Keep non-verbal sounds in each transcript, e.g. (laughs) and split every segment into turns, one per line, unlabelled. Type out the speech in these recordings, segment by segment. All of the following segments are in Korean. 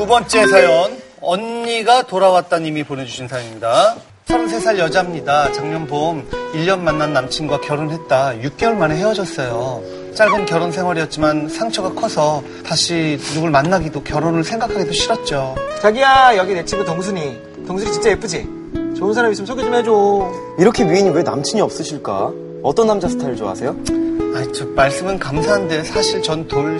두 번째 사연 언니가 돌아왔다님이 보내주신 사연입니다. 33살 여자입니다. 작년 봄 1년 만난 남친과 결혼했다. 6개월 만에 헤어졌어요. 짧은 결혼 생활이었지만 상처가 커서 다시 누굴 만나기도 결혼을 생각하기도 싫었죠.
자기야 여기 내 친구 동순이 동순이 진짜 예쁘지? 좋은 사람 있으면 소개 좀 해줘 (laughs)
이렇게 위인이 왜 남친이 없으실까? 어떤 남자 스타일 좋아하세요?
아이, 저 말씀은 감사한데 사실 전 돌...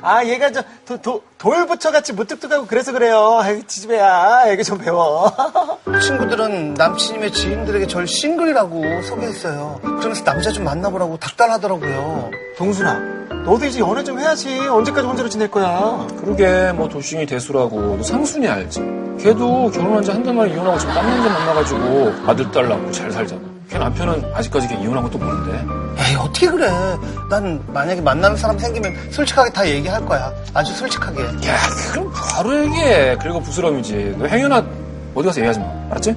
아 얘가 저 도, 도, 돌부처같이 무뚝뚝하고 그래서 그래요 아이 지지배야 애기 좀 배워 (laughs)
친구들은 남친님의 지인들에게 절 싱글이라고 소개했어요. 그러면서 남자 좀 만나보라고 닥달하더라고요.
동순아 너도 이제 연애 좀 해야지 언제까지 혼자로 지낼 거야
그러게 뭐 도싱이 대수라고 너 상순이 알지? 걔도 결혼한 지 한 달 만에 이혼하고 지금 딴 남자 만나가지고 아들 딸 낳고 잘 살잖아. 걔 남편은 아직까지 걔 이혼한 것도 모른대.
에이 어떻게 그래 난 만약에 만나는 사람 생기면 솔직하게 다 얘기할 거야 아주 솔직하게
야 그럼 바로 얘기해. 그리고 부스럼이지. 너 행여나 어디 가서 얘기하지 마. 알았지?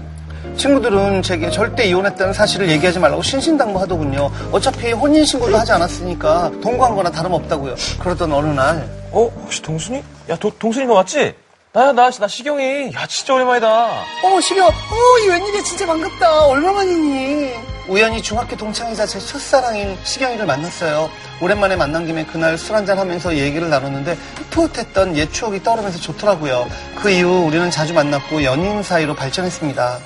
친구들은 제게 절대 이혼했다는 사실을 얘기하지 말라고 신신당부하더군요 어차피 혼인신고도 하지 않았으니까 동거한 거나 다름없다고요 그러던 어느 날
어, 혹시 동순이? 야, 도, 동순이 너 맞지? 나야, 나, 나 시경이. 야, 진짜 오랜만이다.
어머 시경 어이 웬일이야 진짜 반갑다 얼마만이니 우연히 중학교 동창이자 제 첫사랑인 시경이를 만났어요 오랜만에 만난 김에 그날 술 한잔 하면서 얘기를 나눴는데 풋풋했던 옛 추억이 떠오르면서 좋더라고요 그 이후 우리는 자주 만났고 연인 사이로 발전했습니다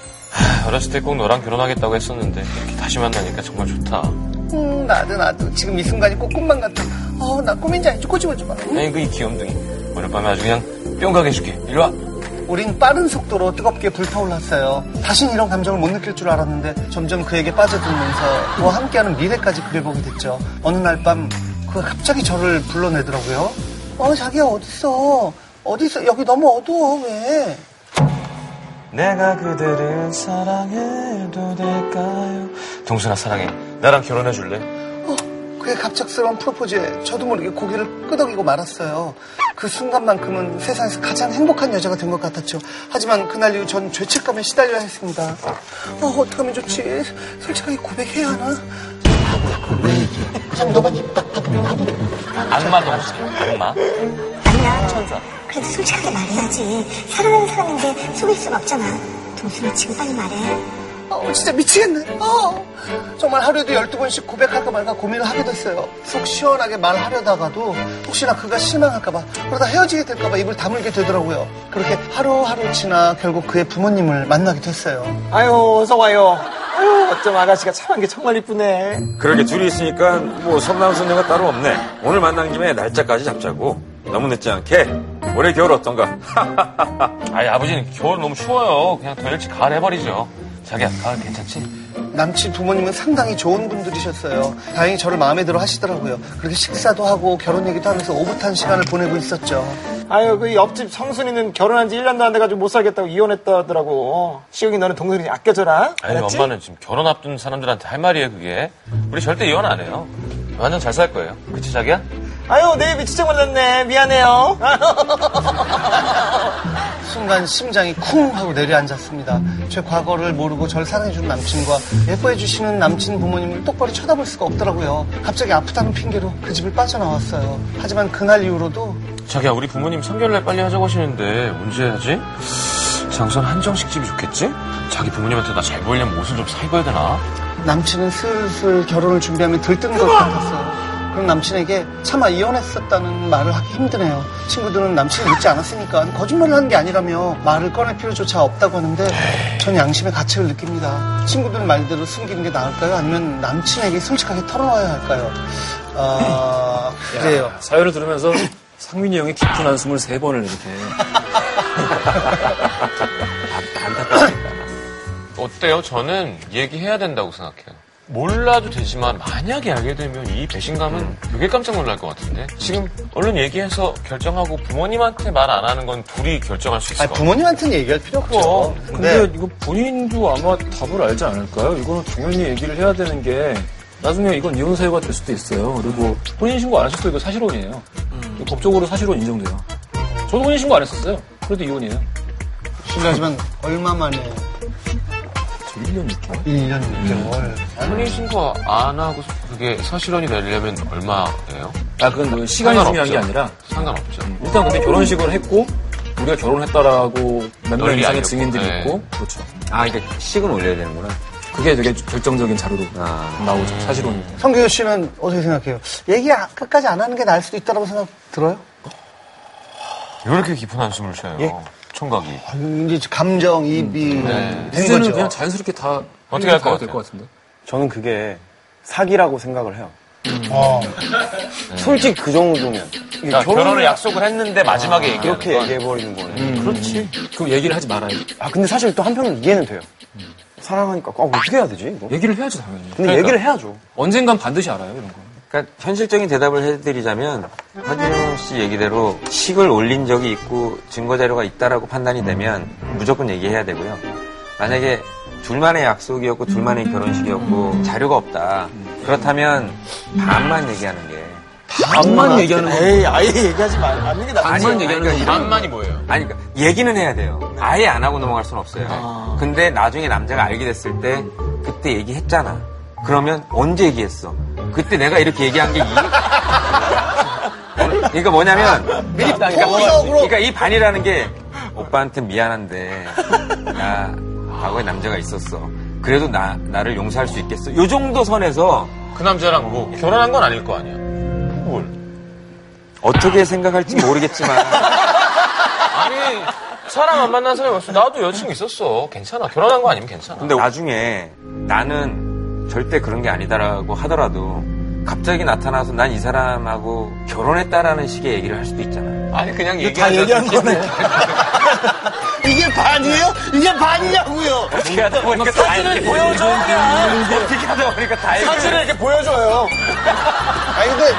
어렸을 때 꼭 너랑 결혼하겠다고 했었는데, 이렇게 다시 만나니까 정말 좋다.
음, 나도 나도 지금 이 순간이 꼭 꿈만 같아. 어, 나 꿈인지 아닌지 꼬집어줘봐.
아니, 그 이 귀염둥이. 오늘 밤에 아주 그냥 뿅 가게 해줄게. 일로 와.
우린 빠른 속도로 뜨겁게 불타올랐어요. 다신 이런 감정을 못 느낄 줄 알았는데 점점 그에게 빠져들면서 그와 함께하는 미래까지 그려보게 됐죠. 어느 날 밤 그가 갑자기 저를 불러내더라고요. 어, 자기야 어딨어? 어딨어? 여기 너무 어두워 왜?
내가 그대를 사랑해도 될까요? 동순아, 사랑해. 나랑 결혼해줄래?
어, 그의 갑작스러운 프로포즈에 저도 모르게 고개를 끄덕이고 말았어요. 그 순간만큼은 세상에서 가장 행복한 여자가 된 것 같았죠. 하지만 그날 이후 전 죄책감에 시달려야 했습니다. 어, 어떡하면 좋지? 솔직하게 고백해야 하나?
악마 동순이. 악마.
아니야. 그래도 솔직하게 말해야지. 사랑하는 사람인데 속일 수가 없잖아. 동순아, 지금 빨리 말해.
어, 진짜 미치겠네. 어. 정말 하루에도 12번씩 고백할까 말까 고민을 하게 됐어요. 속 시원하게 말하려다가도 혹시나 그가 실망할까봐 그러다 헤어지게 될까봐 입을 다물게 되더라고요. 그렇게 하루하루 지나 결국 그의 부모님을 만나게 됐어요.
아유 어서 와요 아유 어쩜 아가씨가 참한 게 정말 이쁘네
그러게 둘이 있으니까 뭐 선남선녀가 따로 없네. 오늘 만난 김에 날짜까지 잡자고. 너무 늦지 않게 올해 겨울 어떤가?
아니, 아버지는 겨울 너무 추워요. 그냥 더 일찍 가을 해버리죠. 자기야, 가을 괜찮지?
남친 부모님은 상당히 좋은 분들이셨어요. 다행히 저를 마음에 들어 하시더라고요. 그렇게 식사도 하고 결혼 얘기도 하면서 오붓한 시간을 보내고 있었죠.
아유 그 옆집 성순이는 결혼한 지 1년도 안 돼가지고 못 살겠다고 이혼했다더라고 시경이 너는 동순이 아껴줘라
아니,
알았지?
엄마는 지금 결혼 앞둔 사람들한테 할 말이에요, 그게. 우리 절대 이혼 안 해요. 완전 잘 살 거예요. 그치, 자기야?
아유 내 입이 진짜 말랐네 미안해요
순간 심장이 쿵 하고 내려앉았습니다. 제 과거를 모르고 절 사랑해준 남친과 예뻐해주시는 남친 부모님을 똑바로 쳐다볼 수가 없더라고요. 갑자기 아프다는 핑계로 그 집을 빠져나왔어요. 하지만 그날 이후로도
자기야 우리 부모님 3개월날 빨리 하자고 하시는데 언제 하지? 장선 한정식집이 좋겠지? 자기 부모님한테 나 잘 보이려면 옷을 좀 사 입어야 되나?
남친은 슬슬 결혼을 준비하며 들뜨는 것 같았어요. 그럼 남친에게 차마 이혼했었다는 말을 하기 힘드네요. 친구들은 남친을 믿지 않았으니까 거짓말을 하는 게 아니라며 말을 꺼낼 필요조차 없다고 하는데 전 양심의 가책을 느낍니다. 친구들 말대로 숨기는 게 나을까요? 아니면 남친에게 솔직하게 털어놔야 할까요? 아, 그래요.
사연을 들으면서 상민이 형이 깊은 한숨을 세 번을 이렇게.
어때요? 저는 얘기해야 된다고 생각해요. 몰라도 되지만 만약에 알게 되면 이 배신감은 되게 깜짝 놀랄 것 같은데 지금 얼른 얘기해서 결정하고 부모님한테 말 안 하는 건 둘이 결정할 수 있을
아니,
것 같아요.
부모님한테는 얘기할 필요 없죠.
그럼.
뭐, 근데 이거 본인도 아마 답을 알지 않을까요? 이거는 당연히 얘기를 해야 되는 게 나중에 이건 이혼 사유가 될 수도 있어요. 그리고 혼인 신고 안 하셨어도 이거 사실혼이에요. 이거
음.
법적으로 사실혼 인정돼요. 저도 혼인 신고 안 했었어요. 그래도 이혼이에요.
실례지만 얼마 만에
저 1년 6개월.
1년 6개월.
혼인 신고 안 하고 그게 사실혼이 되려면 얼마예요?
아, 그건 뭐 시간이 중요한
상관없죠.
게 아니라
상관없죠.
일단 근데 결혼식을 했고 우리가 결혼했다라고 몇 명
널리
이상의
알렸고,
증인들이
네.
있고 그렇죠.
아, 이게 식은 올려야 되는구나.
그게 되게 결정적인 자료로
아.
나오죠. 사실은
성규 씨는 어떻게 생각해요? 얘기 아- 끝까지 안 하는 게 나을 수도 있다고 생각 들어요?
이렇게 깊은 한숨을 쉬어요. 총각이.
예. 아, 이제 감정이입이
네.
된
이제는
거죠.
그냥 자연스럽게 다
어떻게 할것 같아요?
될것 같은데.
저는 그게 사기라고 생각을 해요. 솔직히 그 정도면. 이게
그러니까
결혼을
결혼을 약속을 했는데 마지막에 얘기하는
그렇게
건
얘기해버리는 거네.
음.
음.
그렇지. 그럼 얘기를 하지 말아요.
아, 근데 사실 또 한편으로 이해는 돼요. 사랑하니까. 아, 어떻게 해야 되지, 이거?
얘기를 해야지 당연히.
근데
그러니까.
얘기를 해야죠.
언젠간 반드시 알아요 이런 거.
그러니까 현실적인 대답을 해드리자면 하진영 씨 얘기대로 식을 올린 적이 있고 증거 자료가 있다라고 판단이 되면 무조건 얘기해야 되고요. 만약에 둘만의 약속이었고 둘만의 결혼식이었고 자료가 없다. 그렇다면 반만 얘기하는 게
음,
반만 얘기하는 거.
에이, 아예 얘기하지 마. 맞는 게 낫지.
반만 얘기하는
그러니까
거.
반만이 뭐예요?
아니 그러니까 얘기는 해야 돼요. 아예 안 하고 넘어갈 순 없어요. 근데 나중에 남자가 알게 됐을 때 그때 얘기했잖아. 그러면 언제 얘기했어? 그때 내가 이렇게 얘기한 게 이. (laughs) 그러니까 뭐냐면 미리 그러니까, 그러니까 이 반이라는 게 오빠한테 미안한데 나 과거에 남자가 있었어. 그래도 나 나를 용서할 수 있겠어? 요 정도 선에서
그 남자랑 뭐 결혼한 건 아닐 거 아니야.
어떻게 생각할지 (laughs) 모르겠지만
아니 사람 안 만난 사람이 없어. 나도 여자친구 있었어. 괜찮아. 결혼한 거 아니면 괜찮아.
근데 나중에 나는 절대 그런 게 아니다라고 하더라도 갑자기 나타나서 난 이 사람하고 결혼했다라는 식의 얘기를 할 수도 있잖아.
아니 그냥
다
얘기하자.
얘기한 거네. 이게 반이에요? 이게 반이냐고요.
어떻게 하다 보니까 뭐 사진을 보여줘. 어떻게 하다 보니까 다
사진을 이렇게 보여줘요.
아니 근데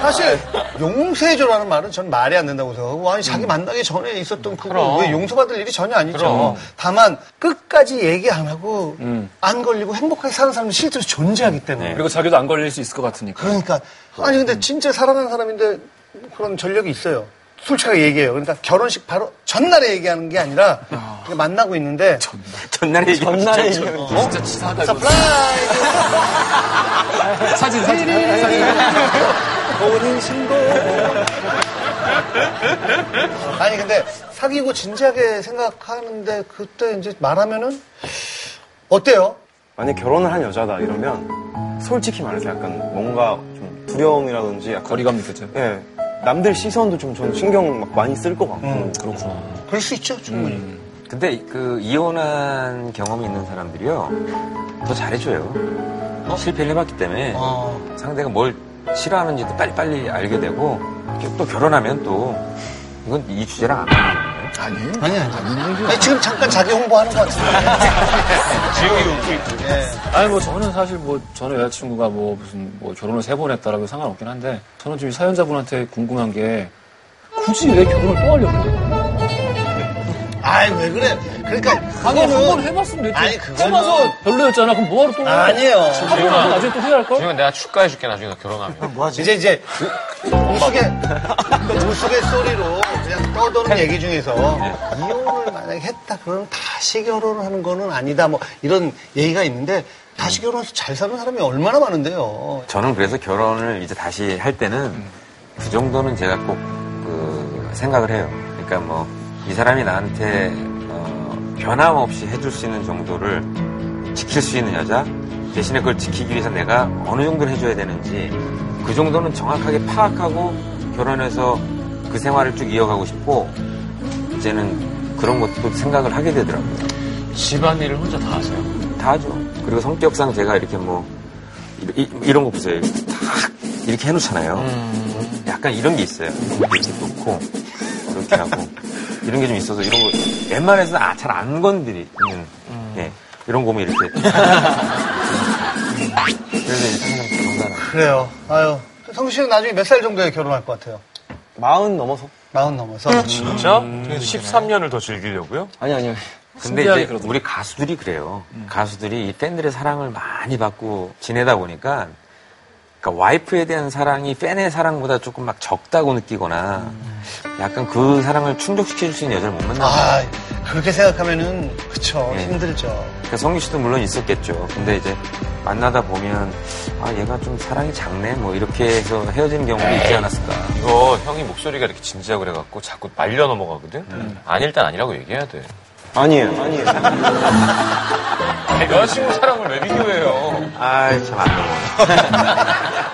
사실 용서해줘라는 말은 전 말이 안 된다고 생각하고 아니 자기 만나기 전에 있었던 그거
음. 그럼.
왜 용서받을 일이 전혀 아니죠.
그럼. 음.
다만 끝까지 얘기 안 하고 안 걸리고 행복하게 사는 사람은 실제로 존재하기
네.
때문에
그리고 자기도 안 걸릴 수 있을 것 같으니까.
그러니까
어.
아니 근데 진짜 사랑하는 사람인데 그런 전력이 있어요. 솔직하게 얘기해요. 그러니까 결혼식 바로 전날에 얘기하는 게 아니라 그냥 만나고 있는데 어?
전날 얘기. 전날 얘기.
진짜 치사하다. 이거.
서프라이즈
사진 사진.
본인 신고 아니 근데 사귀고 진지하게 생각하는데 그때 이제 말하면은 어때요?
만약 결혼을 한 여자다 이러면 솔직히 말해서 약간 뭔가 좀 두려움이라든지 약간
거리감 느껴져요.
예 남들 시선도 좀 저는 신경 막 많이 쓸 것 같고
그렇구나.
그럴 수 있죠 충분히
근데 그 이혼한 경험이 있는 사람들이요 더 잘해줘요. 실패를 해봤기 때문에 상대가 뭘 싫어하는지도 빨리빨리 알게 되고 또 결혼하면 또 이건 이 주제랑 안 맞는 거예요.
아니 아니 아니 아니, 지금 잠깐 자기 홍보하는 것 같은데
아니 뭐 저는 사실 뭐 저는 여자친구가 뭐 무슨 뭐 결혼을 세 번 했다라고 상관없긴 한데 저는 지금 이 사연자분한테 궁금한 게 굳이 왜 결혼을 또 하려고 그래요?
아이 왜 그래 그러니까
아니 한번
그거는
해봤으면 됐지.
아니, 그거는-
해봐서 별로였잖아. 그럼 뭐하러 또?
아니에요
결혼하고 나중에 또 후회할 걸?
지금 내가 축가해줄게 나중에 너 결혼하면.
아, 이제 이제 우스개 우스개 소리로 그냥 떠도는 얘기 중에서 이혼을 만약에 했다 그러면 다시 결혼을 하는 거는 아니다 뭐 이런 얘기가 있는데 다시 결혼해서 잘 사는 사람이 얼마나 많은데요.
저는 그래서 결혼을 이제 다시 할 때는 그 정도는 제가 꼭 그 생각을 해요. 그러니까 뭐 이 사람이 나한테 어, 변함없이 해줄 수 있는 정도를 지킬 수 있는 여자 대신에 그걸 지키기 위해서 내가 어느 정도를 해줘야 되는지 그 정도는 정확하게 파악하고 결혼해서 그 생활을 쭉 이어가고 싶고 이제는 그런 것도 생각을 하게 되더라고요.
집안일을 혼자 다 하세요.
다 하죠. 그리고 성격상 제가 이렇게 뭐, 이, 런거 보세요. 이렇게 탁, 이렇게 해놓잖아요. 약간 이런 게 있어요. 이렇게 놓고, 이렇게 하고. 이런 게 좀 있어서 이런 거, 웬만해서는 아, 잘 안 건드리는, 예. 이런 거 보면 이렇게. 그래서 이렇게 항상 정단하고.
그래요. 아유 성수 씨는 나중에 몇 살 정도에 결혼할 것 같아요?
마흔 넘어서
마흔 넘어서
진짜? 13년을 더 즐기려고요?
아니 아니요
근데
신기하게
이제
그러더라고요. 음.
우리 가수들이 그래요. 가수들이 이 팬들의 사랑을 많이 받고 지내다 보니까 그러니까 와이프에 대한 사랑이 팬의 사랑보다 조금
음.
막 적다고 느끼거나 약간 그 사랑을 충족시킬 수 있는 여자를 못 만나요.
아 그렇게 생각하면은 그쵸
예.
힘들죠.
그러니까 성규 씨도 물론 있었겠죠. 근데 이제 만나다 보면 아 얘가 좀 사랑이 작네 뭐 이렇게 해서 헤어지는 경우도 있지 않았을까.
이거 형이 목소리가 이렇게 진지하고 그래갖고 자꾸 말려 넘어가거든? 아니, 일단 아니라고 얘기해야 돼.
아니에요, 아니에요.
아니, 여자친구 사랑을 왜 비교해요?
아참안 넘어.